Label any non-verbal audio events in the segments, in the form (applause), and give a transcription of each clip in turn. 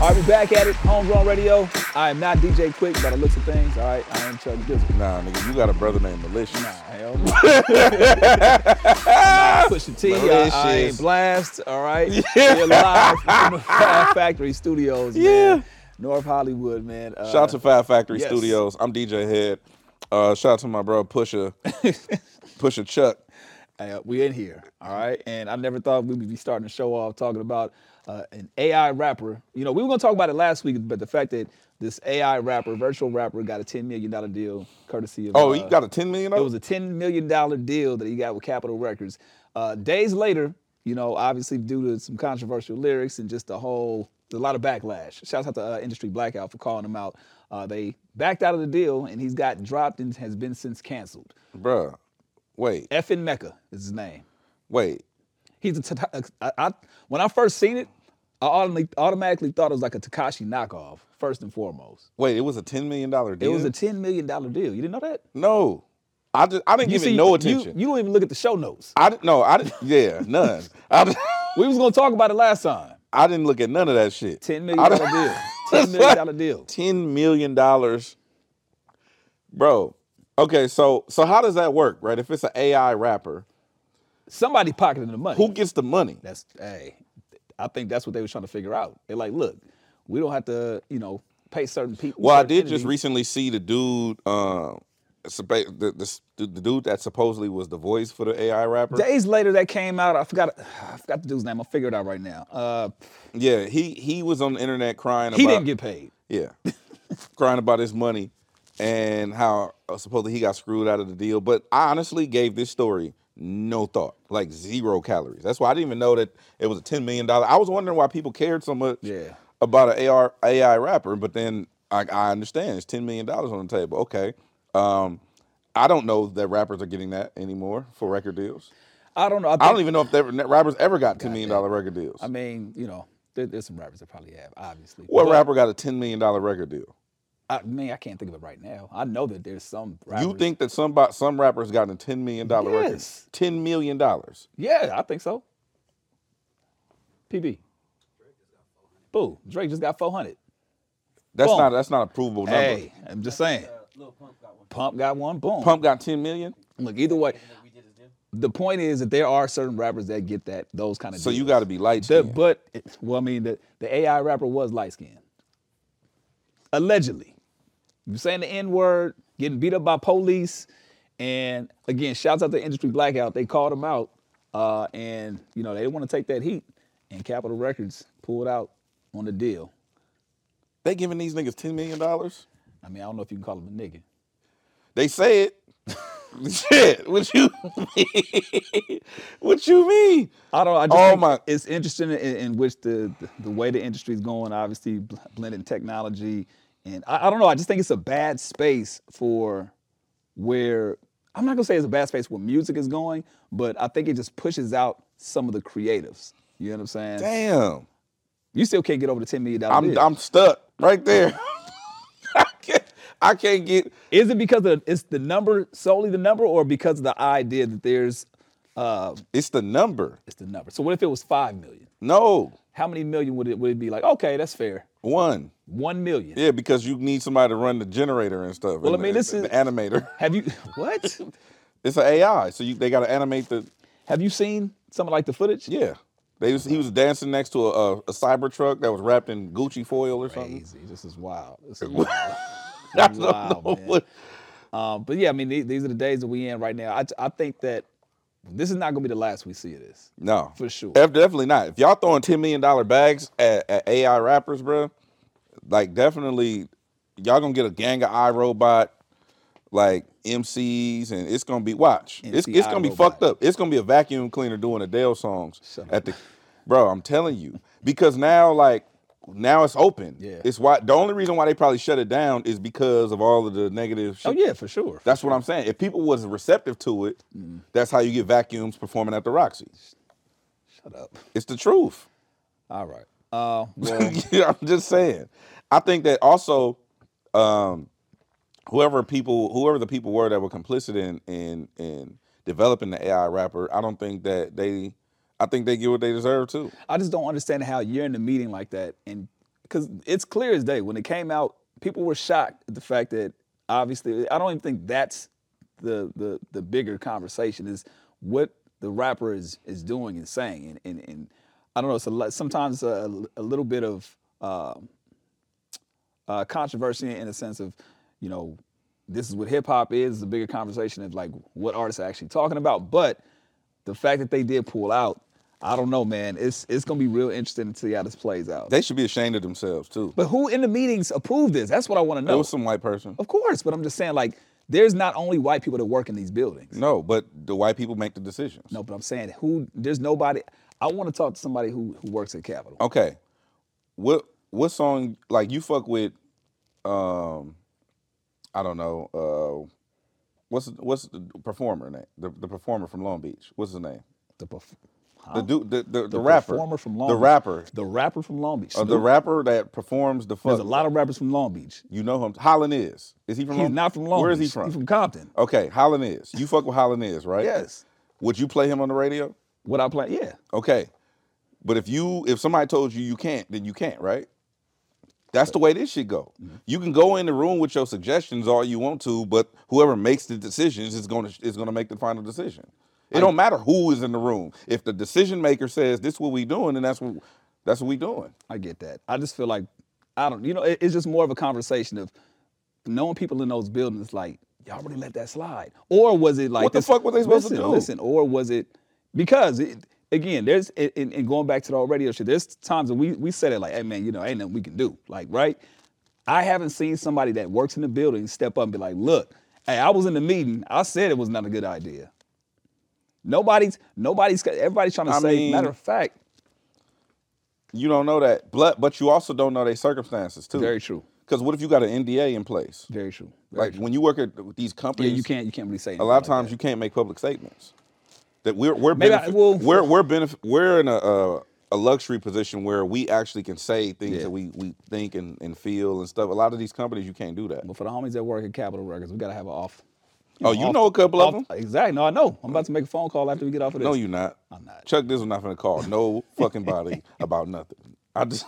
All right, we're back at it, Homegrown Radio. I am not DJ Quick, by the looks of things. All right, I am Chuck Dizzle. Nah, nigga, you got a brother named Malicious. Nah, hell no. I'm not Pusha T, I, I ain't Malicious. Blast, all right? We're live from the Fab Factory Studios, man. Yeah. North Hollywood, man. Uh, Shout out to Five Factory yes. Studios. I'm DJ Head. Uh, shout out to my bro Pusha, Pusha Chuck. Uh, we in here, all right. And I never thought we would be starting the show off talking about uh, an AI rapper. You know, we were gonna talk about it last week, but the fact that this AI rapper, virtual rapper, got a ten million dollar deal courtesy of. Oh, uh, you got a ten million. It was a ten million dollar deal that he got with Capitol Records. Uh, days later, you know, obviously due to some controversial lyrics and just the whole, a lot of backlash. Shouts out to uh, Industry Blackout for calling him out. Uh, they backed out of the deal, and he's got dropped and has been since canceled. Bruh, wait, Effin Mecca is his name. wait. He's a Tata- I- I- when I first seen it, I automatically, automatically thought it was like a Takashi knockoff. First and foremost, Wait, it was a ten million dollar it deal. was a ten million dollar deal. You didn't know that? no. I just I didn't You give it no attention. You, you don't even look at the show notes. I didn't. No, I didn't. Yeah, none. (laughs) I, didn't- We was gonna talk about it last time. I didn't look at none of that shit. Ten I million don't- dollar (laughs) deal. Ten million dollar deal. ten million dollars, bro. Okay, so so how does that work, right? If it's an AI rapper, Somebody pocketing the money. who gets the money? That's hey. I think that's what they were trying to figure out. They're like, look, we don't have to, you know, pay certain people. Well, I certain did just entities. recently see the dude, uh, suppa- the, the the the dude that supposedly was the voice for the AI rapper. Days later, that came out. I forgot. I forgot the dude's name. I'll figure it out right now. Uh, Yeah, he he was on the internet crying. he about, didn't get paid. Yeah. (laughs) Crying about his money and how uh, supposedly he got screwed out of the deal. But I honestly gave this story no thought, like zero calories. That's why I didn't even know that it was a $10 million. I was wondering why people cared so much Yeah. about an AR, AI rapper, but then I, I understand it's $10 million on the table. Okay. Um, I don't know that rappers are getting that anymore for record deals. I don't know. I, think, I don't even know if they, rappers ever got $10 million record deals. I mean, you know, there, there's some rappers that probably have, obviously. what But rapper got a $10 million record deal? I mean, I can't think of it right now. I know that there's some rappers. You think that somebody, some rappers got a ten million dollar record? Yes. Ten million dollars. Yeah, I think so. PB. Boo. Drake just got 400. That's Boom. not that's not a provable number. Hey, I'm just saying. uh, Pump got one. Boom. Pump got ten million. Look, either way, the point is that there are certain rappers that get that those kind of. So you deals. got to be light The, skinned. But it- well, I mean, the, the AI rapper was light skinned. Allegedly, you saying the N word, getting beat up by police, and again, shouts out to Industry Blackout. They called him out, uh, and you know they didn't want to take that heat, and Capitol Records pulled out on the deal. They giving these niggas ten million dollars. I mean, I don't know if you can call him a nigga. They say it. (laughs) Shit. What you mean? (laughs) what you mean? I don't. I just Oh think my- It's interesting in, in which the, the way the industry is going. Obviously, bl- blending technology, and I, I don't know. I just think it's a bad space for where I'm not gonna say it's a bad space where music is going, but I think it just pushes out some of the creatives. You know what I'm saying? Damn. You still can't get over the ten million dollar. I'm deal. I'm stuck right there. (laughs) I can't. I can't get. Is it because of it's the number solely the number, or because of the idea that there's uh, It's the number. it's the number? So what if it was five million? No How many million would it would it be like? Okay, that's fair. one. One million. Yeah, because you need somebody to run the generator and stuff. Well, I and mean, the- this is- the animator. Have you (laughs) what? It's an AI, so you, they got to animate the. Have you seen some of like the footage? Yeah, they was, he was dancing next to a, a, a cyber truck that was wrapped in Gucci foil or something. (laughs) Crazy. This is wild. This (laughs) is wild. I don't Wow, know man. what- Um, but yeah, I mean, the- these are the days that we in right now. I, I think that this is not gonna be the last we see of this. No, For sure. Def- definitely not. If y'all throwing ten million dollar bags at, at AI rappers, bro, like definitely, y'all gonna get a gang of iRobot, like MCs, and it's gonna be watch. It's, MC it's gonna be iRobot. fucked up. It's gonna be a vacuum cleaner doing Adele songs at the, bro. I'm telling you, because now like. Now it's open. Yeah. It's why the only reason why they probably shut it down is because of all of the negative shit Oh yeah, for sure. that's what I'm saying. If people was receptive to it, Mm. that's how you get vacuums performing at the Roxy. Shut up. It's the truth. All right. Uh, well, (laughs) I'm just saying. I think that also um, whoever people whoever the people were that were complicit in in in developing the AI rapper, I don't think that they I think they get what they deserve too. I just don't understand how you're in a meeting like that, and because it's clear as day when it came out, people were shocked at the fact that obviously I don't even think that's the the the bigger conversation is what the rapper is is doing and saying, and and, and I don't know. It's a lot, sometimes a, a little bit of um uh, controversy in a sense of, you know, this is what hip hop is. It's a bigger conversation of like what artists are actually talking about. But the fact that they did pull out, I don't know, man. It's it's gonna be real interesting to see how this plays out. They should be ashamed of themselves too. but who in the meetings approved this? That's what I want to It know. was some white person. of course, but I'm just saying like there's not only white people that work in these buildings. No, but the white people make the decisions. No, but I'm saying who there's nobody. I want to talk to somebody who who works at Capitol. Okay. What what song like you fuck with um I don't know, uh what's what's the performer name? The the performer from Long Beach. What's his name? The, perf- The huh? dude the, the, the, rapper. performer from Long the Beach. rapper. the rapper from Long Beach. Uh, the Snoop. rapper that performs the fuck. there's a lot of rappers from Long Beach. You know him. Holland is. Is he from He's Long not from Long Where Beach. is he from? He's from Compton. Okay, Holland is. You fuck with Holland is, right? Yes. Would you play him on the radio? What I play? Yeah. Okay. But if you if somebody told you you can't, then you can't, right? That's the way this shit go. Mm-hmm. You can go in the room with your suggestions all you want to, but whoever makes the decisions is going to is going to make the final decision. It don't matter who is in the room. If the decision maker says this what we doing, then that's what that's what we doing. I get that. I just feel like I don't. You know, it- it's just more of a conversation of knowing people in those buildings. Like y'all really let that slide, or was it like What the this- fuck were they supposed to listen, do? Listen, or was it because it, again, there's and- and and going back to the old radio shit. There's times that we we said it like, hey man, you know, ain't nothing we can do. Like right, I haven't seen somebody that works in the building step up and be like, look, hey, I was in the meeting. I said it was not a good idea. Nobody's nobody's everybody's trying to I say. mean- matter of fact, You don't know that, but but you also don't know their circumstances too. Very true. Because what if you got an NDA in place? very true. Very Like when you work at these companies, Yeah, you can't. You can't really say. a lot of times you can't make public statements. That we're we're Maybe I- benefit, well- we're we're benef- we're in a, a a luxury position where we actually can say things Yeah. that we we think and, and feel and stuff. A lot of these companies you can't do that. But for the homies that work at Capitol Records, we gotta have an off. Oh, you know a couple (laughs) of off- Exactly. No, I know. I'm about to make a phone call after we get off of this. No, you not. I'm not. Chuck this was not gonna (laughs) call. No fucking body about nothing. I just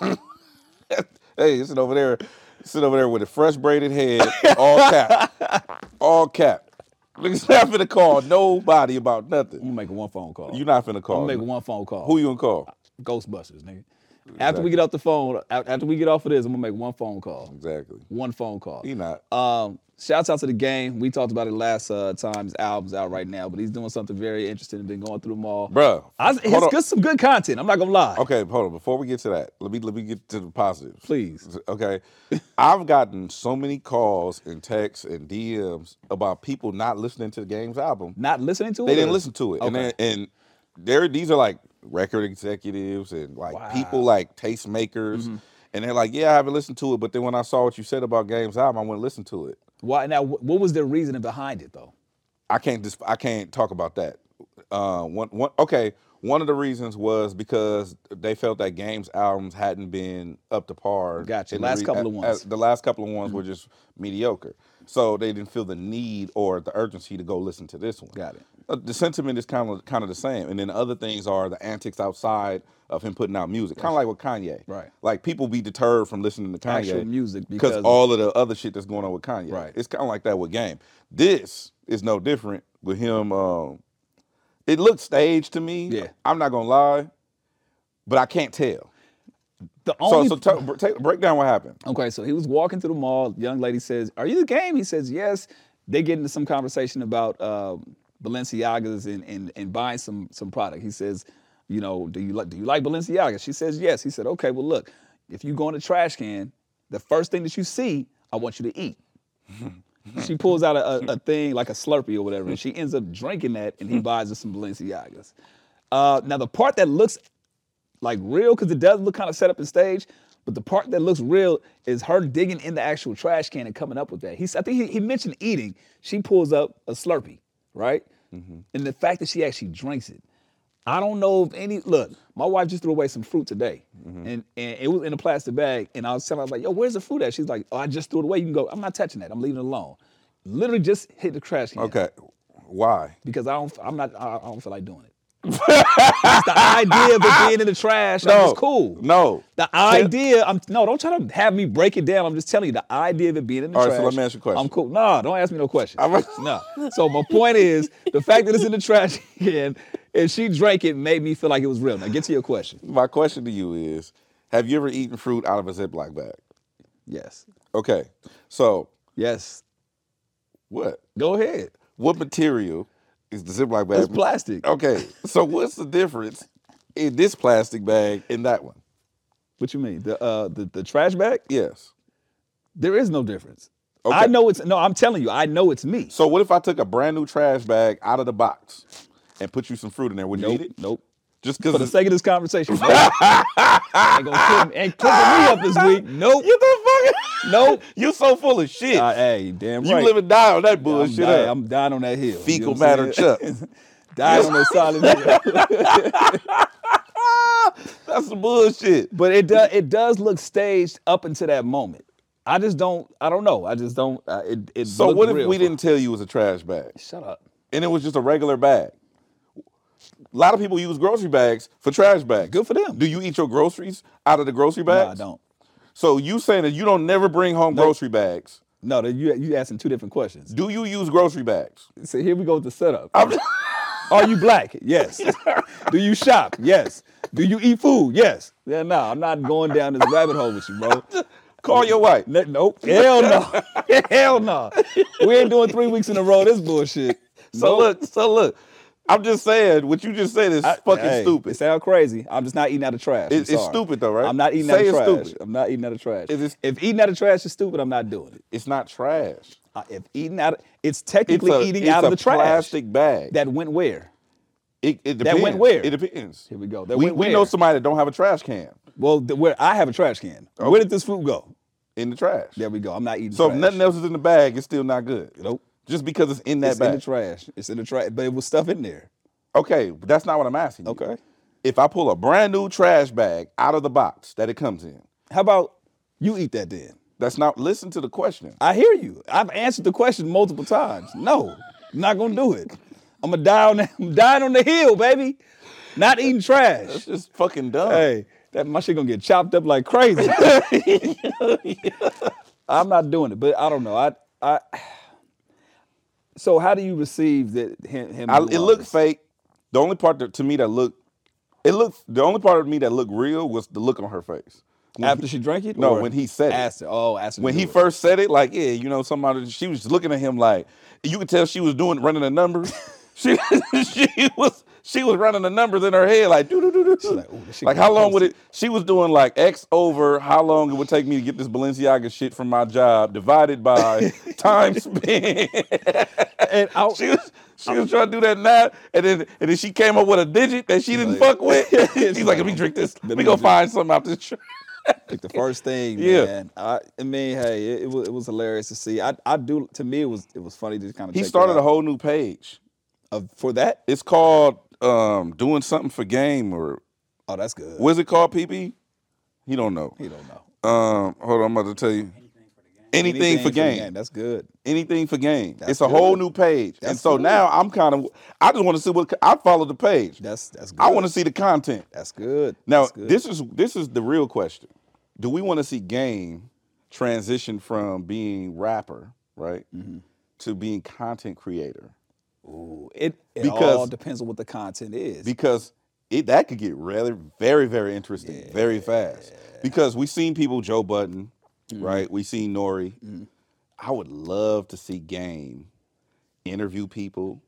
(laughs) hey, sitting over there, sitting over there with a fresh braided head, all cap, (laughs) all cap. Look, he's not finna call nobody about I'm nothing. gonna make one phone call. You're not finna I'm call. gonna make one phone call. Who you gonna call? Ghostbusters, nigga. After we get off the phone, a- after we get off of this, I'm gonna make one phone call. Exactly. One phone call. He not. Um, shouts out to the game. We talked about it last uh, time. His album's out right now, but he's doing something very interesting. Been going through them all, Bruh, I, hold it's on. good, some good content. I'm not gonna lie. Okay, hold on. Before we get to that, let me let me get to the positives. Please. Okay. I've gotten so many calls and texts and DMs about people not listening to the game's album. Not listening to it. They didn't or- listen to it. And Okay. they- and they're these are like record executives and like people like tastemakers. Mm-hmm. And they're like, yeah, I haven't listened to it, but then when I saw what you said about Game's album, I went and listened to it. Why now? wh- What was their reasoning behind it though? I can't just I can't talk about that. Uh, one one okay. One of the reasons was because they felt that Games albums hadn't been up to par. Gotcha. in the Last couple of a- ones. Mm-hmm. a- the last couple of ones were just mediocre, so they didn't feel the need or the urgency to go listen to this one. Got it. Uh, the sentiment is kind of kind of the same, and then other things are the antics outside of him putting out music, kind of like with Kanye. Right. Like people be deterred from listening to Kanye Actual music because because- all of the other shit that's going on with Kanye. Right. It's kind of like that with Game. This is no different with him. Um, it looks staged to me. Yeah. I'm not gonna lie, but I can't tell. The So, only so tell- br- take, break down what happened. Okay, so he was walking through the mall. Young lady says, "Are you the game?" He says, "Yes." They get into some conversation about um, Balenciagas and, and and buying some some product. He says, "You know, do you like do you like Balenciagas?" She says, "Yes." He said, "Okay, well look, if you go in the trash can, the first thing that you see, I want you to eat." she pulls out a, a, a thing like a Slurpee or whatever, and she ends up drinking that, and he buys her some Balenciagas. Uh, now the part that looks like real because it does look kind of set up in stage. But the part that looks real is her digging in the actual trash can and coming up with that. He's, I think he, he mentioned eating. She pulls up a Slurpee, right? And the fact that she actually drinks it, I don't know if any. Look, my wife just threw away some fruit today, and, and it was in a plastic bag. And I was telling her, I was like, "Yo, where's the fruit at?" She's like, "Oh, I just threw it away. You can go. I'm not touching that. I'm leaving it alone." Literally just hit the trash can Okay, why? because I don't. I'm not. I, I don't feel like doing it. It's the idea of it being in the trash. No, it's cool. No. The idea, I'm no, don't try to have me break it down. I'm just telling you the idea of it being in the All right, trash. so let me ask you a question. I'm cool. No, don't ask me no question. no. So my point is, the fact that it's in the trash (laughs) can and she drank it made me feel like it was real. Now get to your question. My question to you is: Have you ever eaten fruit out of a Ziploc bag? Yes. Okay, so Yes. what? Go ahead. What material is the Ziploc bag? It's plastic. Okay, so what's the difference in this plastic bag and that one? What you mean? The uh the, the trash bag? Yes. There is no difference. Okay. I know it's no, I'm telling you, I know it's me. So what if I took a brand new trash bag out of the box and put you some fruit in there? Would you Nope. eat it? Nope. Just For the (laughs) because sake of this conversation, nope. ain't gonna kick, ain't cooking me up this week. Nope. you the fuck? (laughs) Nope. you so full of shit. Uh, hey, damn you right. live and die on that Yeah, bullshit. I'm, dying, up. I'm dying on that hill. Fecal what I'm matter saying? (laughs) dying on that solid (laughs) hill. That's some bullshit. But it does it does look staged up until that moment. I just don't I don't know. I just don't uh, it it So looked what if real we for- didn't tell you it was a trash bag Shut up. and it was just a regular bag? A lot of people use grocery bags for trash bags. Good for them. Do you eat your groceries out of the grocery No, I bags? don't. So you saying that you don't never bring home grocery bags? No, that you you asking two different questions. Do you use grocery bags? So here we go with the setup. (laughs) Are you black? Yes. Do you shop? Yes. Do you eat food? Yes. Yeah, no, I'm not going down this rabbit hole with you, bro. Call your wife. Ne- Nope. Hell no. (laughs) Hell no. We ain't doing three weeks in a row. This bullshit. Nope. So look, so look. I'm just saying what you just said is I- fucking hey, It stupid. sound crazy. I'm just not eating out of trash. I'm It- it's sorry. stupid though, right? I'm not eating Say out of it's trash. stupid. I'm not eating out of trash. It is- if eating out of trash is stupid, I'm not doing it. It's not trash. I- If eating out, of, it's It's technically a, eating it's out of a the trash plastic bag. that went where. it, it depends. that went where? It depends. Here we go. That we, went we where? know somebody that don't have a trash can Well, th- where I have a trash can. Where did this food go? in the trash. There we go. I'm not eating. Oh. So trash. if nothing else is in the bag, it's still not good. Nope. Just because it's in that It's in bag. the trash. It's in the trash. But it was stuff in there. okay, but that's not what I'm asking. you. Okay. If I pull a brand new trash bag out of the box that it comes in, How about you eat that then? that's not. Listen to the question. I hear you. I've answered the question multiple times. No, I'm not gonna do it. I'm gonna die on the, (laughs) I'm dying on the hill, baby. Not eating trash. It's just fucking dumb. Hey, that my shit gonna get chopped up like crazy. (laughs) I'm not doing it, but I don't know. I I. (sighs) So how do you receive that him? him I, doing it all looked this? fake. The only part that, to me that looked, it looked. The only part of me that looked real was the look on her face. When after he- she drank it. No, or when he said it. asked her- Oh, asked her to when do he it. first said it, like yeah, you know, somebody she was looking at him like you could tell she was doing running (laughs) the numbers. she (laughs) she was she was running the numbers in her head like do do do do. like, "Ooh, this shit getting Like how long would close." it? She was doing like x over how long it would take me to get this Balenciaga shit from my job divided by (laughs) time spent. and I, (laughs) (laughs) She was she was trying to do that now, and then and then she came up with a digit that she didn't Like- fuck with. (laughs) She's like, let me drink this. Let me go find something out this. Tr- Like the first thing, Yeah. man. I, I mean, hey, it, it, was, it was hilarious to see. I, I do. To me, it was it was funny to kind of. he started a whole new page. of, for that. It's called um, doing something for game or Oh, that's good. what's it called, PP? He don't know. he don't know Um, hold on, I'm about to tell you. Anything, for the game. That's good. Anything for game. That's it's a whole good. new page. and That's so good. now I'm kind of I just want to see what I follow the page. That's that's good. I want to see the content. That's good. Now, That's good. this is this is the real question. Do we want to see game transition from being rapper, right? Mm-hmm. To being content creator? Ooh, it it because- all depends on what the content is. because it that could get really very very interesting very fast because we seen people Joe Button Mm-hmm. right we seen Nori I would love to see Game interview people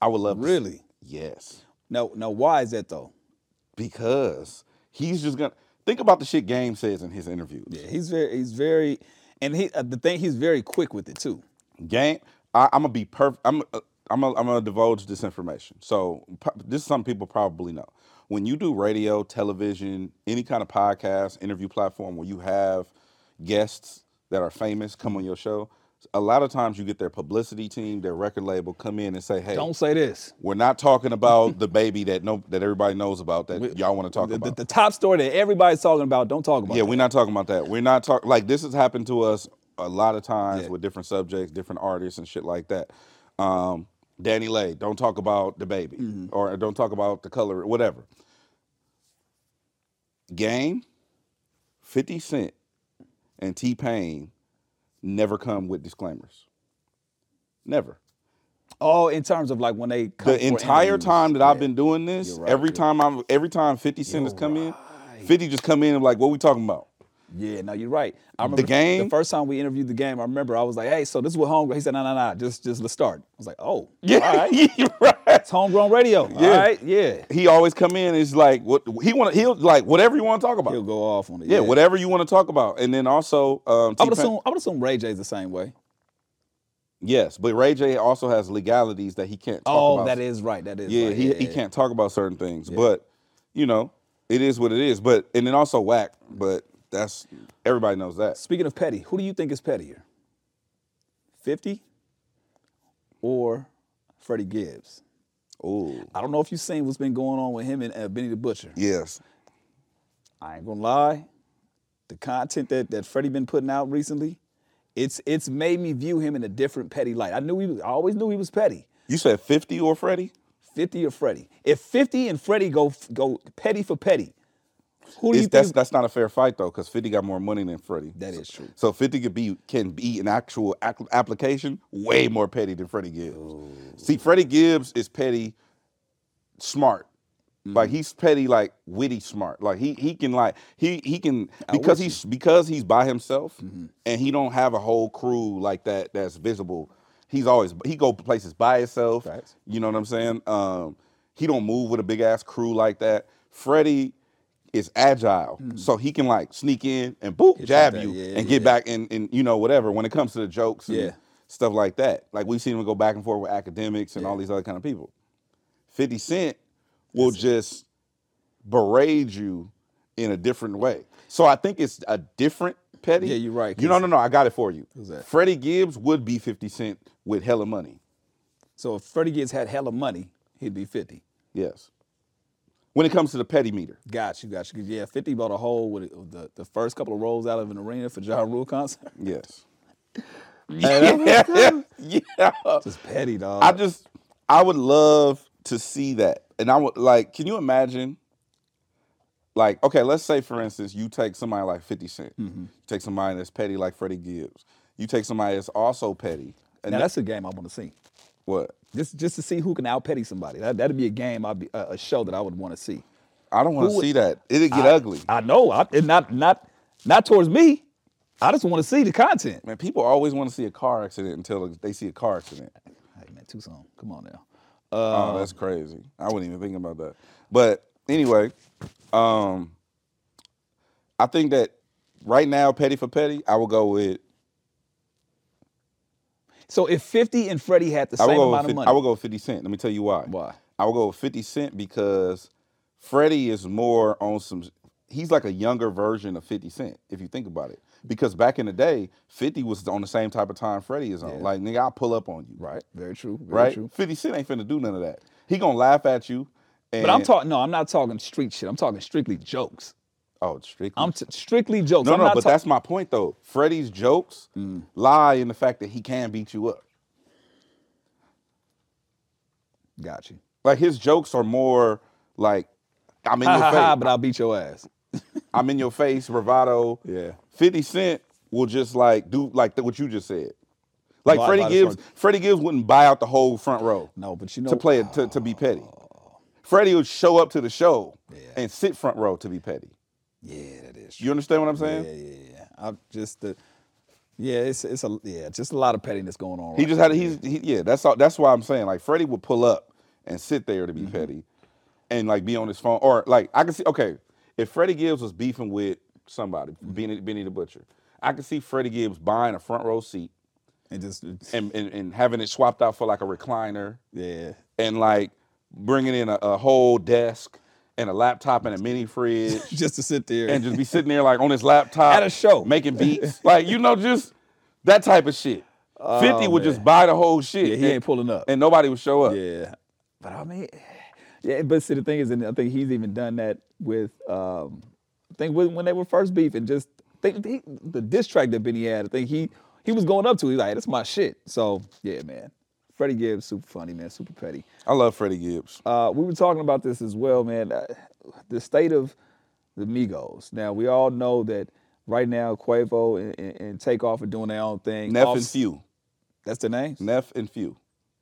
I would love to see- really? yes No, no. Why is that though? because he's just gonna think about the shit Game says in his interviews Yeah, he's very he's very, and he uh, the thing he's very quick with it too. Game I, I'm gonna be perfect I'm uh, I'm gonna, I'm gonna divulge this information so pro- this is something people probably know when you do radio television any kind of podcast interview platform where you have guests that are famous come on your show, A lot of times you get their publicity team, their record label come in and say, "Hey, Don't say this. we're not (laughs) talking about the baby that no that everybody knows about that y'all want to talk The, the- about." the top story that everybody's talking about, don't talk about. yeah, that. we're not talking about that. We're not talking like this has happened to us a lot of times with different subjects, different artists, and shit like that. Um, Danny Lay, don't talk about the baby, Mm-hmm. or don't talk about the color, whatever. Game, Fifty Cent, and T Pain never come with disclaimers. Never. All Oh, in terms of like when they come The for entire interviews. time that I've been doing this, You're right, every you're- time I'm, every time Fifty Cent has You're come right. in, Fifty just come in and like, what we talking about? Yeah, no, you're right. I remember game? The first time we interviewed the game, I remember I was like, "Hey, so this is what homegrown." He said, "No, no, no, just just let's start." I was like, "Oh, Yeah, (laughs) all right, you're right. it's homegrown radio. Yeah. All right, yeah." he always come in. It's like what he want. He'll like whatever you want to talk about. He'll go off on it. yeah, whatever you want to talk about. And then also, um, I would T-Pain- assume I would assume Ray J's the same way. yes, but Ray J also has legalities that he can't talk Oh, about. that is right. That is Yeah, right. he, he can't talk about certain things. But you know, it is what it is. But and then also whack. But that's everybody knows that. Speaking of petty, who do you think is pettier, Fifty or Freddie Gibbs? Oh, I don't know if you've seen what's been going on with him and uh, Benny the Butcher. yes. I ain't gonna lie, the content that that Freddie been putting out recently, it's it's made me view him in a different petty light. I knew he was, I always knew he was petty. You said fifty or Freddie? Fifty or Freddie. If Fifty and Freddie go go petty for petty, who do It's- you that's think? that's not a fair fight though, because Fifty got more money than Freddie. That is true. So Fifty could be can be an actual ac- application way more petty than Freddie Gibbs. See, Freddie Gibbs is petty, smart. Like Mm-hmm. he's petty, like witty, smart. Like he he can like he he can because he's because he's by himself Mm-hmm. and he don't have a whole crew like that that's visible. He's always he go places by himself. Facts. You know what I'm saying? Um, he don't move with a big ass crew like that. Freddie is agile, so he can like sneak in and boop jab Mm-hmm. that, you yeah, and get back and and you know whatever. When it comes to the jokes and Yeah. stuff like that, like we've seen him go back and forth with academics and all these other kind of people. Fifty Cent will just berate you in a different way. So I think it's a different petty. Yeah, you're right, You no no no, I got it for you. that? Freddie Gibbs would be Fifty Cent with hella money. So if Freddie Gibbs had hella money, he'd be fifty. Yes. When it comes to the petty meter. Got you, got you. 'Cause, Yeah, Fifty bought a hole with it- the, the first couple of rolls out of an arena for John Rule concert. (laughs) Yes. (laughs) yeah. yeah. Just petty, dog. I just I would love to see that. And I would like, can you imagine? Like, okay, let's say for instance, you take somebody like 50 cents Mm-hmm. You take somebody that's petty like Freddie Gibbs. You take somebody that's also petty. And now that- that's a game I want to see. what? Just just to see who can out petty somebody. That that'd be a game. I'd be a, a show that I would want to see. I don't want Who to would- see that. It'd get ugly. I know. I, and not not not towards me. I just want to see the content. Man, people always want to see a car accident until they see a car accident. Hey man, Tucson, come on now. Um, oh, that's crazy. I wouldn't even think about that. But anyway, um, I think that right now, petty for petty, I would go with So if Fifty and Freddie had the I would same go with amount 50, of money, I would go with 50 Cent. Let me tell you why. Why? I would go with 50 Cent because Freddie is more on some he's like a younger version of 50 Cent, if you think about it. Because back in the day, 50 was on the same type of time Freddie is on. Like, nigga, I'll pull up on you. right? Very true. Very Right? true. 50 Cent ain't finna do none of that. He gonna laugh at you. And, But I'm talking. No, I'm not talking street shit. I'm talking strictly jokes. Oh, strictly. I'm t- strictly jokes. no, I'm no, not but ta- Mm. that's my point though. Freddie's jokes lie in the fact that he can beat you up. got you. Like his jokes are more like I'm in Ha your ha face. ha! But I'll beat your ass. I'm in your face, bravado. Yeah. 50 Cent will just like do like what you just said. Like Buy- Freddie buy the Gibbs, front. Freddie Gibbs wouldn't buy out the whole front row No, but you know to play it to, to be petty. Freddie would show up to the show and sit front row to be petty. Yeah, that is. True. You understand what I'm saying? Yeah, yeah, yeah. I'm just the. Yeah, it's it's a yeah, just a lot of pettiness going on. He right just had a, he's he, yeah. That's all. That's why I'm saying like Freddie would pull up and sit there to be Mm-hmm. petty, and like be on his phone or like I can see okay if Freddie Gibbs was beefing with somebody, Mm-hmm. Benny, Benny the Butcher, I could see Freddie Gibbs buying a front row seat and just and, and and having it swapped out for like a recliner yeah. and like bringing in a, a whole desk and a laptop and a mini fridge just to sit there and just be sitting there like on his laptop At a show. making beats like you know just that type of shit Fifty would just buy the whole shit. Yeah, he and, ain't pulling up. and nobody would show up. Yeah, but I mean, yeah. But see, the thing is, and I think he's even done that with, um, I think when, when they were first beefing, just think he, the diss track that Benny had. I think he he was going up to. it, He's like, "That's my shit." So yeah, man. Freddie Gibbs, super funny, man, super petty. I love Freddie Gibbs. Uh, we were talking about this as well, man. Uh, the state of the Migos. Now we all know that right now Quavo and, and, and Takeoff are doing their own thing. Neff Off- and Few. That's their names. Neff and Few.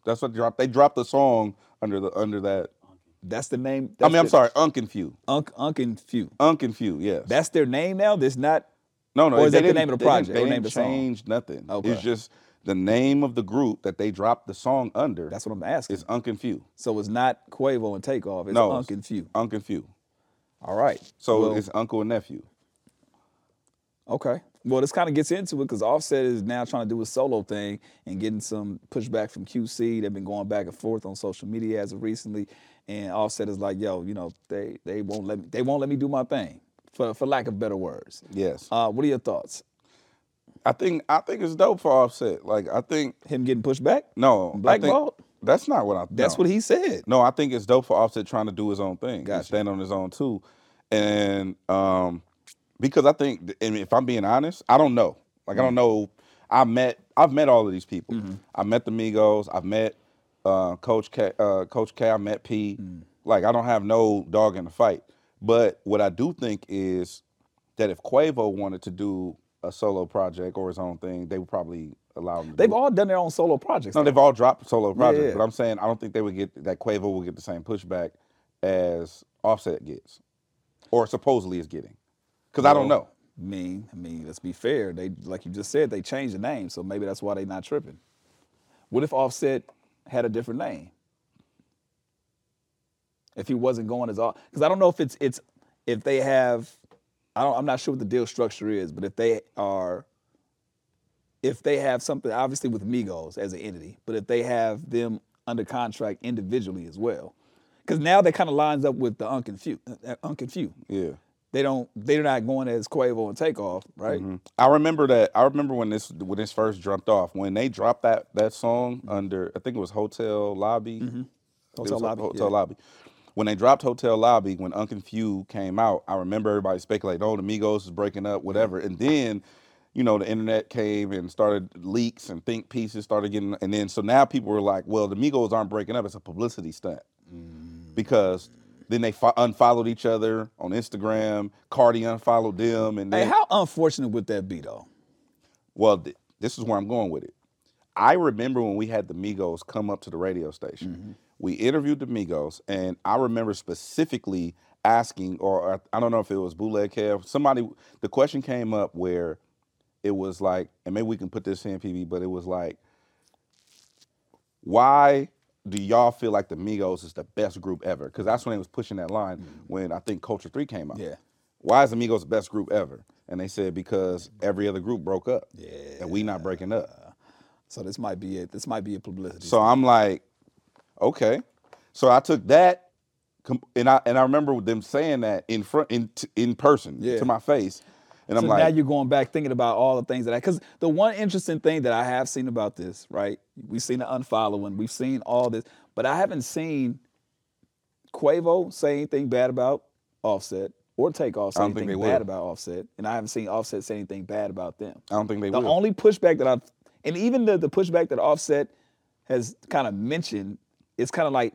That's what dropped. They dropped the song under the under that. That's the name. I that's mean, I'm the- sorry, Unk and Few. Unk, Unk and Few. Unk and Few. Yes. That's their name now. That's not. No, no. Or is they that the didn't- name of the they didn't- project They or didn't name of the song? change nothing. Okay. It's just the name of the group that they dropped the song under. That's what I'm asking. is Unk and Few. so it's not Quavo and Takeoff. It's No, Unk it's- and Few. Unk and Few. All right. So Well, it's uncle and nephew. okay. Well, this kind of gets into it because Offset is now trying to do his solo thing and getting some pushback from QC. They've been going back and forth on social media as of recently, and Offset is like, "Yo, you know, they they won't let me they won't let me do my thing, for for lack of better words." Yes. Uh, what are your thoughts? I think I think it's dope for Offset. Like I think Him getting pushed back? no I think- Blackballed? That's not what I. That's no. what he said. No, I think it's dope for Offset trying to do his own thing, and Gotcha. stand on his own too, and um, because I think, th- and if I'm being honest, I don't know. Like I don't know. I met, I've met all of these people. I met the Migos. I've met uh, Coach K. Uh, Coach K. I met P. Like I don't have no dog in the fight. But what I do think is that if Quavo wanted to do a solo project or his own thing, they would probably allow him. To They've do it. all done their own solo projects. No, though. they've all dropped solo projects, yeah. but I'm saying I don't think they would get that Quavo will get the same pushback as Offset gets, or supposedly is getting, because I don't Well, know. I mean, I mean, let's be fair. They, like you just said, they changed the name, so maybe that's why they not tripping. What if Offset had a different name? If he wasn't going as all, because I don't know if it's it's if they have, I don't, I'm not sure what the deal structure is, but if they are, if they have something obviously with Migos as an entity, but if they have them under contract individually as well, because now that kind of lines up with the Unk and Few, uh, Unk and Few Yeah, they don't they're not going as Quavo and Takeoff, right? Mm-hmm. I remember that. I remember when this when this first dropped off. When they dropped that that song under, I think it was Hotel Lobby. It Mm-hmm. Hotel was Lobby, Hotel yeah. Lobby. When they dropped Hotel Lobby, when Unconfused came out, I remember everybody speculating, "Oh, the Migos is breaking Mm-hmm. up, whatever." And then, you know, the internet came and started leaks and think pieces started getting, and then so now people were like, "Well, the Migos aren't breaking up; it's a publicity stunt." Mm. Because then they fo- unfollowed each other on Instagram. Cardi unfollowed them, and Hey, then how unfortunate would that be though? well, th- this is where I'm going with it. I remember when we had the Migos come up to the radio station. Mm-hmm. We interviewed the Migos, and I remember specifically asking, or I, I don't know if it was Bootleg Kev, somebody, the question came up where it was like, and maybe we can put this in PB, but it was like, why do y'all feel like the Migos is the best group ever? Because that's when they was pushing that line when I think Culture 3 came out. Mm-hmm. Yeah. Why is the Migos the best group ever? And they said because every other group broke up. Mm-hmm. Yeah. And we not breaking up. So this might be it. This might be a publicity. So I'm like, okay. So I took that com- and I and I remember them saying that in front in t- in person Yeah. to my face. And I'm So now like, you're going back thinking about all the things that I because the one interesting thing that I have seen about this, right? We've seen the unfollowing, we've seen all this, but I haven't seen Quavo say anything bad about Offset or Takeoff say I don't think anything they bad will. about Offset, and I haven't seen Offset say anything bad about them. I don't think they The will. only pushback that I've, and even the, the pushback that Offset has kind of mentioned, it's kind of like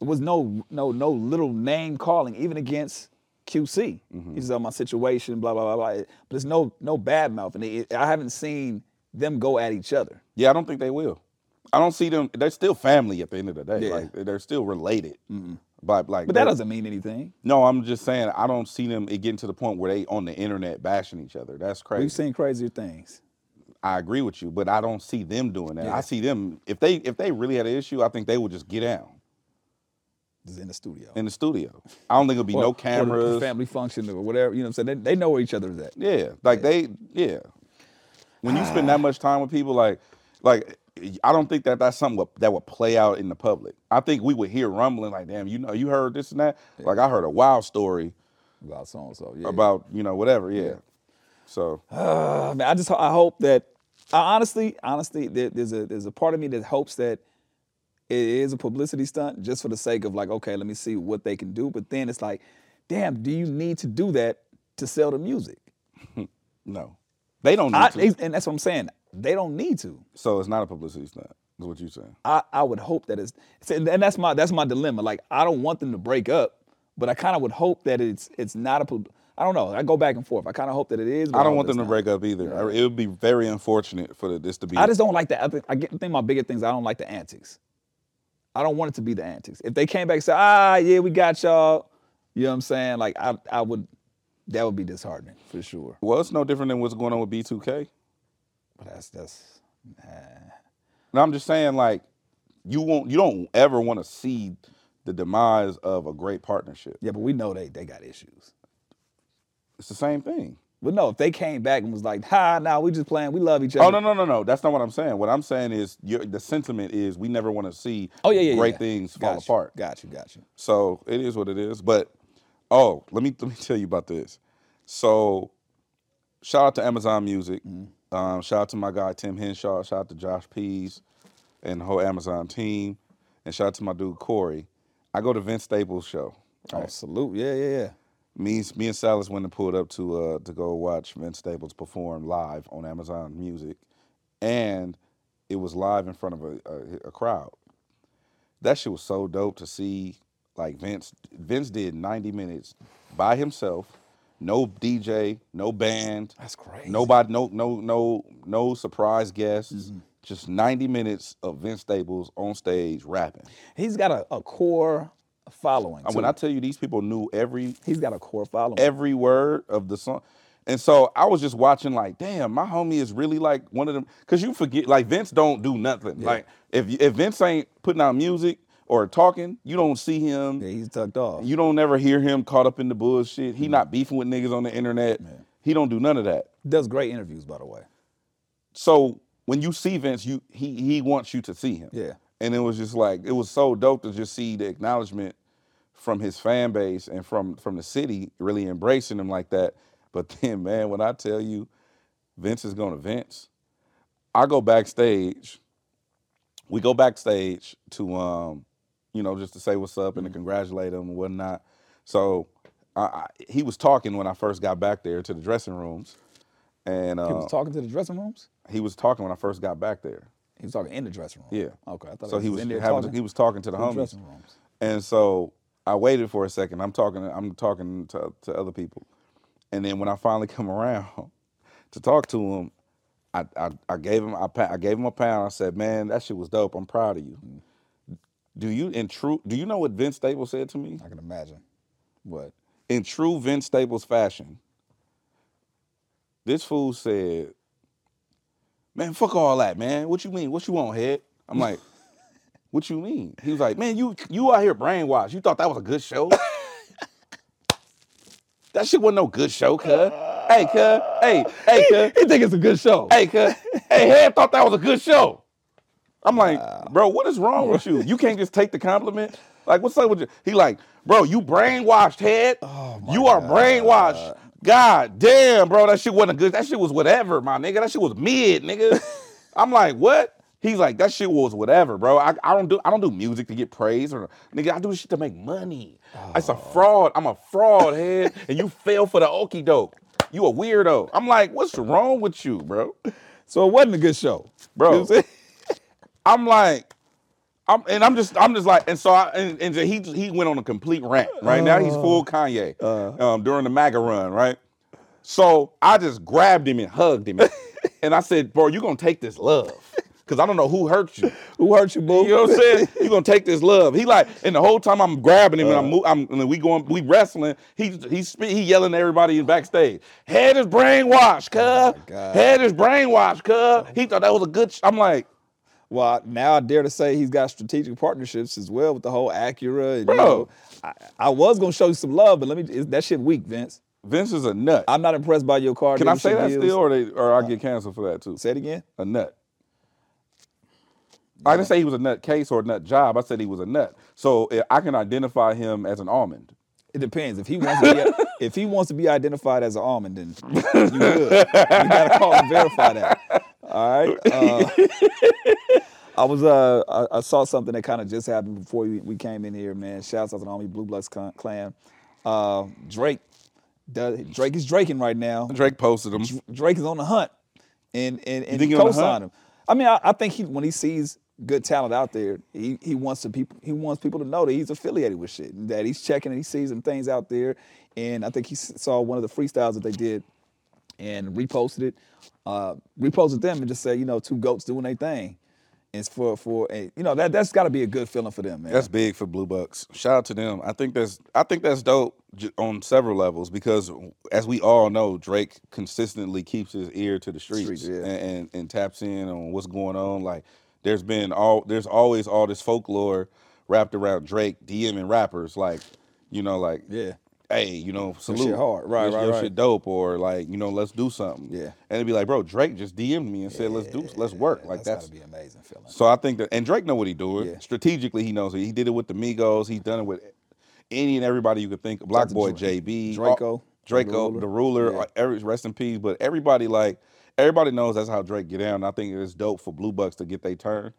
it was no no no little name calling even against QC. He's on my situation, blah blah blah blah. But it's no no bad mouth, and it, I haven't seen them go at each other. yeah, I don't think they will. I don't see them. They're still family at the end of the day. Yeah. Like they're still related. By But like, that they're- doesn't mean anything. No, I'm just saying I don't see them it getting to the point where they on the internet bashing each other. That's crazy. We've seen crazier things. I agree with you, but I don't see them doing that. I see them if they if they really had an issue, I think they would just get down This is in the studio. in the studio. I don't think it'll be Or- no or the cameras. family function or whatever. You know what I'm saying? They, they know where each other is at. yeah, like they yeah. When you spend that Ah. much time with people, like like I don't think that that's something what- that would play out in the public. I think we would hear rumbling like, "Damn, you know, you heard this and that." Like I heard a wild story About so and so. Yeah. about you know whatever. Yeah. So Oh, I, mean, I just ho- I hope that I honestly, honestly, there, there's a there's a part of me that hopes that it is a publicity stunt just for the sake of like, okay, let me see what they can do. But then it's like, damn, do you need to do that to sell the music? No, they don't need I, to. and that's what I'm saying. They don't need to. so it's not a publicity stunt. Is what you're saying? I, I would hope that it's it's- and that's my that's my dilemma. Like I don't want them to break up, but I kind of would hope that it's it's not a. pub- I don't know. I go back and forth. I kind of hope that it is. but I don't hope want it's them not. to break up either. I- It would be very unfortunate for the, this to be. I just don't like the. I think- I get, I think my bigger things. I don't like the antics. I don't want it to be the antics. If they came back and said, "Ah, yeah, we got y'all," you know what I'm saying? Like I, I would. That would be disheartening for sure. well, it's no different than what's going on with B2K. But that's that's. No, I'm just saying, like, you won't, you don't ever want to see the demise of a great partnership. Yeah, but we know they they got issues. It's the same thing. But no, if they came back and was like, "Ha, nah, we just playing. We love each other." Oh no, no, no, no. That's not what I'm saying. What I'm saying is, your, the sentiment is we never want to see Oh yeah, yeah. great yeah. things Got fall you, apart. Got you. Got you. So it is what it is. But oh, let me let me tell you about this. So shout out to Amazon Music. Mm-hmm. Um, shout out to my guy Tim Henshaw. Shout out to Josh Pease and the whole Amazon team. And shout out to my dude Corey. I go to Vince Staples' show. Oh, salute. Yeah, yeah, yeah. Me, me and Silas went and pulled up to uh, to go watch Vince Staples perform live on Amazon Music, and it was live in front of a, a, a crowd. That shit was so dope to see. Like Vince, Vince did 90 minutes by himself, no DJ, no band, That's crazy. nobody, no no no no surprise guests. Mm-hmm. Just 90 minutes of Vince Staples on stage rapping. He's got a, a core following. And when too. I tell you these people knew every He's got a core following. every word of the song. And so I was just watching, like, damn, my homie is really like one of them. Cause you forget, like, Vince don't do nothing. Like, if if Vince ain't putting out music or talking, you don't see him. yeah, he's tucked off. You don't ever hear him caught up in the bullshit. He not beefing with niggas on the internet. He don't do none of that. does great interviews, by the way. So when you see Vince, you he he wants you to see him. Yeah. And it was just like it was so dope to just see the acknowledgement from his fan base and from from the city really embracing him like that. But (laughs) then, man, when I tell you, Vince is going to Vince. I go backstage. We go backstage to um, you know, just to say what's up and Mm-hmm. to congratulate him and whatnot. So I, I, he was talking when I first got back there to the dressing rooms, and uh, He was talking to the dressing rooms. he was talking when I first got back there. He was talking in the dressing room. Yeah. Okay. I thought So he was Oh, in there having, talking he was talking to the in the homies, dressing rooms. and so I waited for a second. I'm talking, I'm talking to, to other people, and then when I finally (laughs) come around to talk to him, I, I, I gave him I, pa- I gave him a pound. I said, "Man, that shit was dope. I'm proud of you." Do you in true? Do you know what Vince Staples said to me? I can imagine. What? in true Vince Staples fashion, this fool said, Man, fuck all that, man. What you mean? What you want, head? I'm like, What you mean? He was like, Man, you you out here brainwashed. You thought that was a good show? that shit wasn't no good show, cuz. Hey, cuz. Hey, hey, cuz. He think it's a good show. Hey, cuz. Hey, head thought that was a good show. I'm like, bro, what is wrong with you? You can't just take the compliment. Like, what's up with you? He like, bro, you brainwashed, head. you are brainwashed. God damn, bro, that shit wasn't good. That shit was whatever, my nigga. That shit was mid, nigga. I'm like, what? He's like, that shit was whatever, bro. I, I don't do I don't do music to get praise or nigga. I do this shit to make money. It's a fraud. I'm a fraud head, and you fell for the okie doke. You a weirdo. I'm like, what's wrong with you, bro? So it wasn't a good show, Bro. You know what I'm saying? I'm like, I'm and I'm just I'm just like, and so I and, and he he went on a complete rant. Right now he's Uh, full Kanye um, during the MAGA run, right? So I just grabbed him and hugged him, and I said, "Bro, you gonna take this love? Cause I don't know who hurt you. Who hurt you, boo? You know what I'm (laughs) saying? You gonna take this love? He like, and the whole time I'm grabbing him and Uh. I'm, mo- I'm and we going, we wrestling. He he spe- he yelling at everybody in backstage. Head is brainwashed, cuz. Oh my God. Head is brainwashed, cuz. He thought that was a good. Sh- I'm like, Well, now I dare to say he's got strategic partnerships as well with the whole Acura. And, Bro. You know, I, I was gonna show you some love, but let me. it- That shit weak, Vince. Vince is a nut. I'm not impressed by your car. Can I say dealership that deals. still, or they, or I get canceled for that too? Say it again. A nut. I didn't say he was a nut case or a nut job. I said he was a nut. So eh, I can identify him as an almond. It depends. If he wants to be if he wants to be identified as an almond, then you good. You gotta call and verify that. All right. Uh, I was uh I, I saw something that kind of just happened before we, we came in here, man. Shouts out to the Army Blue Bloods clan- clan. Uh, Drake, does, Drake is draking right now. Drake posted them. Drake is on the hunt and and, and think he on the co-sign hunt? him. I mean, I, I think he when he sees good talent out there, he, he wants to people he wants people to know that he's affiliated with shit, and that he's checking and he sees some things out there. And I think he s- saw one of the freestyles that they did and reposted it, uh, reposted them and just said, you know, two goats doing their thing. It's for for a, you know that that's got to be a good feeling for them, man. That's big for Blue Bucks. Shout out to them. I think that's I think that's dope j- on several levels because as we all know, Drake consistently keeps his ear to the streets Streets, yeah. and, and and taps in on what's going on. Like there's been all there's always all this folklore wrapped around Drake DMing rappers like you know like yeah, hey, you know, salute. hard. Right, This- right, your right. shit dope, or like, you know, let's do something. Yeah. And it'd be like, bro, Drake just DM'd me and said, let's do, let's work. Like that's that's. got to be an amazing feeling. So I think that, and Drake know what he doing. Yeah. Strategically, he knows it. He did it with the Migos. He's done it with any and everybody you could think of. Black Dr. Boy, Dre- JB, Draco, all- The Draco, Ruler. the ruler. Yeah. uh, every, rest in peace. But everybody like, everybody knows that's how Drake get down. And I think it's dope for Blue Bucks to get their turn.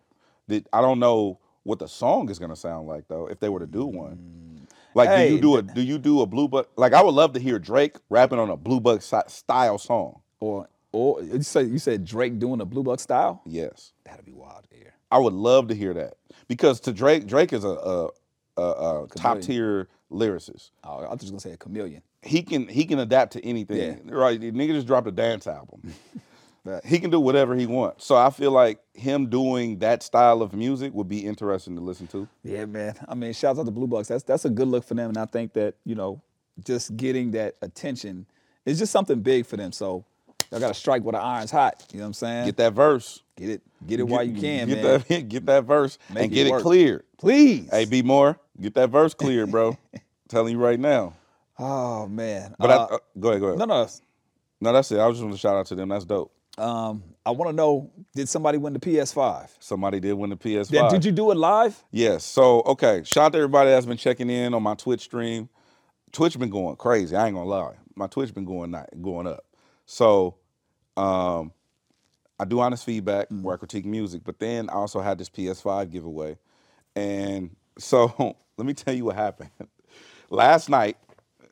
That I don't know what the song is gonna sound like though if they were to do one. Like, do Mm. Hey, you do a do you do a blue buck? Like, I would love to hear Drake rapping on a blue buck si- style song. Or or you said you said Drake doing a Blue Buck style. Yes, That'd be wild to hear. I would love to hear that because to Drake, Drake is a, a, a, a top tier lyricist. Oh, I was just gonna say a chameleon. He can he can adapt to anything. Right, the nigga just dropped a dance album. (laughs) That- he can do whatever he wants. So I feel like him doing that style of music would be interesting to listen to. Yeah, man. I mean, shouts out to Blue Bucks. That's that's a good look for them, and I think that you know, just getting that attention is just something big for them. So y'all gotta strike while the iron's hot. You know what I'm saying? Get that verse. Get it, get it while you can, get man. That, (laughs) get that verse Make and it get work. it cleared. Please. Hey, B Moore, get that (laughs) verse cleared, bro. Telling you right now. Oh man. But Uh, I, uh, go ahead, go ahead. no, No, no. that's it. I was just want to shout out to them. That's dope. Um, I want to know, did somebody win the PS5? Somebody did win the PS5. Then Did you do it live? Yes. So okay, shout out to everybody that's been checking in on my Twitch stream. Twitch been going crazy. I ain't gonna lie. My Twitch been going not going up. So um I do honest feedback where I critique music, but then I also had this PS5 giveaway. And so (laughs) let me tell you what happened. (laughs) last night,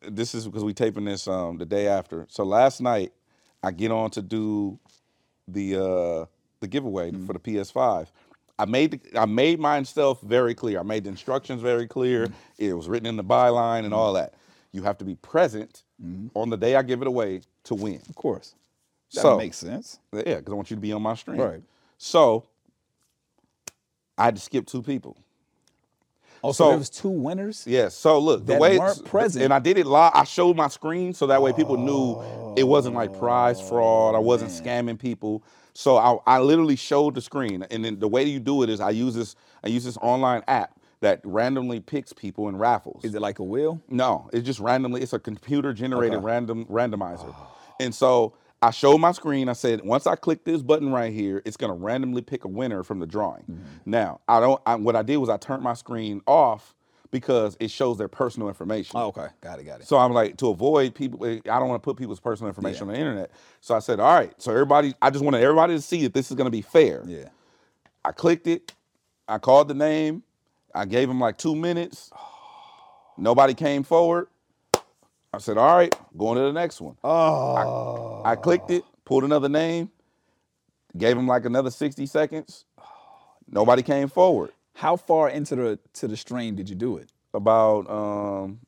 this is because we taping this um the day after. So last night I get on to do the uh the giveaway for the PS5. I made the, I made myself very clear. I made the instructions very clear. It was written in the byline and all that. You have to be present on the day I give it away to win. Of course. That So- makes sense. Yeah, because I want you to be on my stream. Right. So I had to skip two people. Oh, so, So- there was two winners. Yeah. So look, the That way weren't present. and I did it live. I showed my screen so that way people knew it wasn't like prize Oh, fraud. I wasn't scamming people. So I, I literally showed the screen, and then the way you do it is I use this I use this online app that randomly picks people in raffles. Is it like a wheel? No, it's just randomly. It's a computer generated random randomizer. Oh. And so I showed my screen. I said, once I click this button right here, it's gonna randomly pick a winner from the drawing. Mm-hmm. Now I don't. I, what I did was I turned my screen off because it shows their personal information. Oh, okay. Got it. Got it. So I'm like, to avoid people, eh, I don't want to put people's personal information on the internet. So I said, all right. So everybody, I just wanted everybody to see that this is gonna be fair. Yeah. I clicked it. I called the name. I gave him like two minutes. Nobody came forward. I said, all right, going to the next one. Oh. I clicked it, pulled another name, gave him like another 60 seconds. Nobody came forward. How far into the to the stream did you do it? About um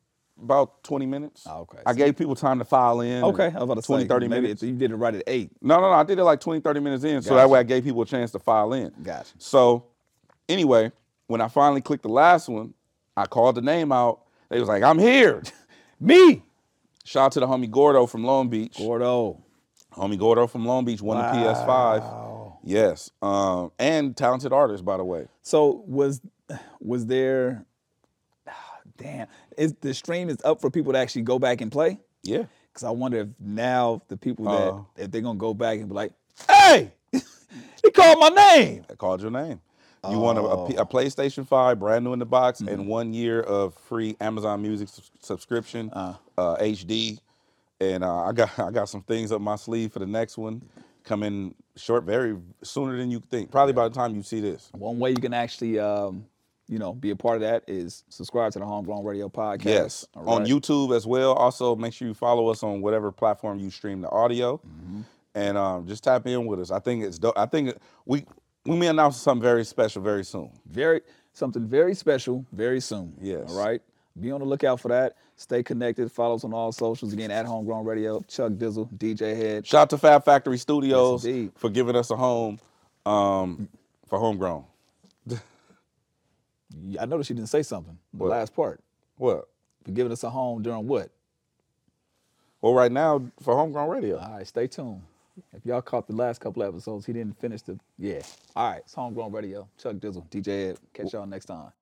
about 20 minutes. Oh, okay. I gave people time to file in. Okay, I was about to 20, say 30 maybe minutes. if you did it right at eight. No, no, no. I did it like 20, 30 minutes in. So that Gotcha. way I gave people a chance to file in. Gotcha. So anyway, when I finally clicked the last one, I called the name out. They was like, (laughs) I'm here. Me, Shout out to the homie Gordo from Long Beach. Gordo. homie Gordo from Long Beach won the PS5. Wow. Yes. Um, and talented artist, by the way. So was was there? (sighs) ah, Damn, is the stream is up for people to actually go back and play? Yeah. Because I wonder if now the people that Uh-oh. if they're gonna go back and be like, Uh-huh. "Hey, (laughs) he called my name." I called your name. You won a, a Oh. P- a PlayStation 5, brand new in the box, Mm-hmm. and one year of free Amazon Music subs- subscription, uh, HD. And uh, I got I got some things up my sleeve for the next one. coming short very sooner than you think. Probably by the time you see this. One way you can actually, um, you know, be a part of that is subscribe to the Homegrown Radio podcast. Yes, All on right. YouTube as well. Also, make sure you follow us on whatever platform you stream the audio, Mm-hmm. and um, just tap in with us. I think it's. Dope. I think we we may announce something very special very soon. very something very special very soon. Yes. All right. Be on the lookout for that. Stay connected. Follow us on all socials. Again, at Homegrown Radio, Chuck Dizzle, DJ Head. Shout out to Fab Factory Studios Yes, indeed. for giving us a home um, for homegrown. I noticed you didn't say something. The What? last part. What? For giving us a home during what? Well, right now for homegrown radio. All right, stay tuned. If y'all caught the last couple episodes, he didn't finish the. Yeah. All right, it's Homegrown Radio, Chuck Dizzle, DJ Ed. Catch y'all next time.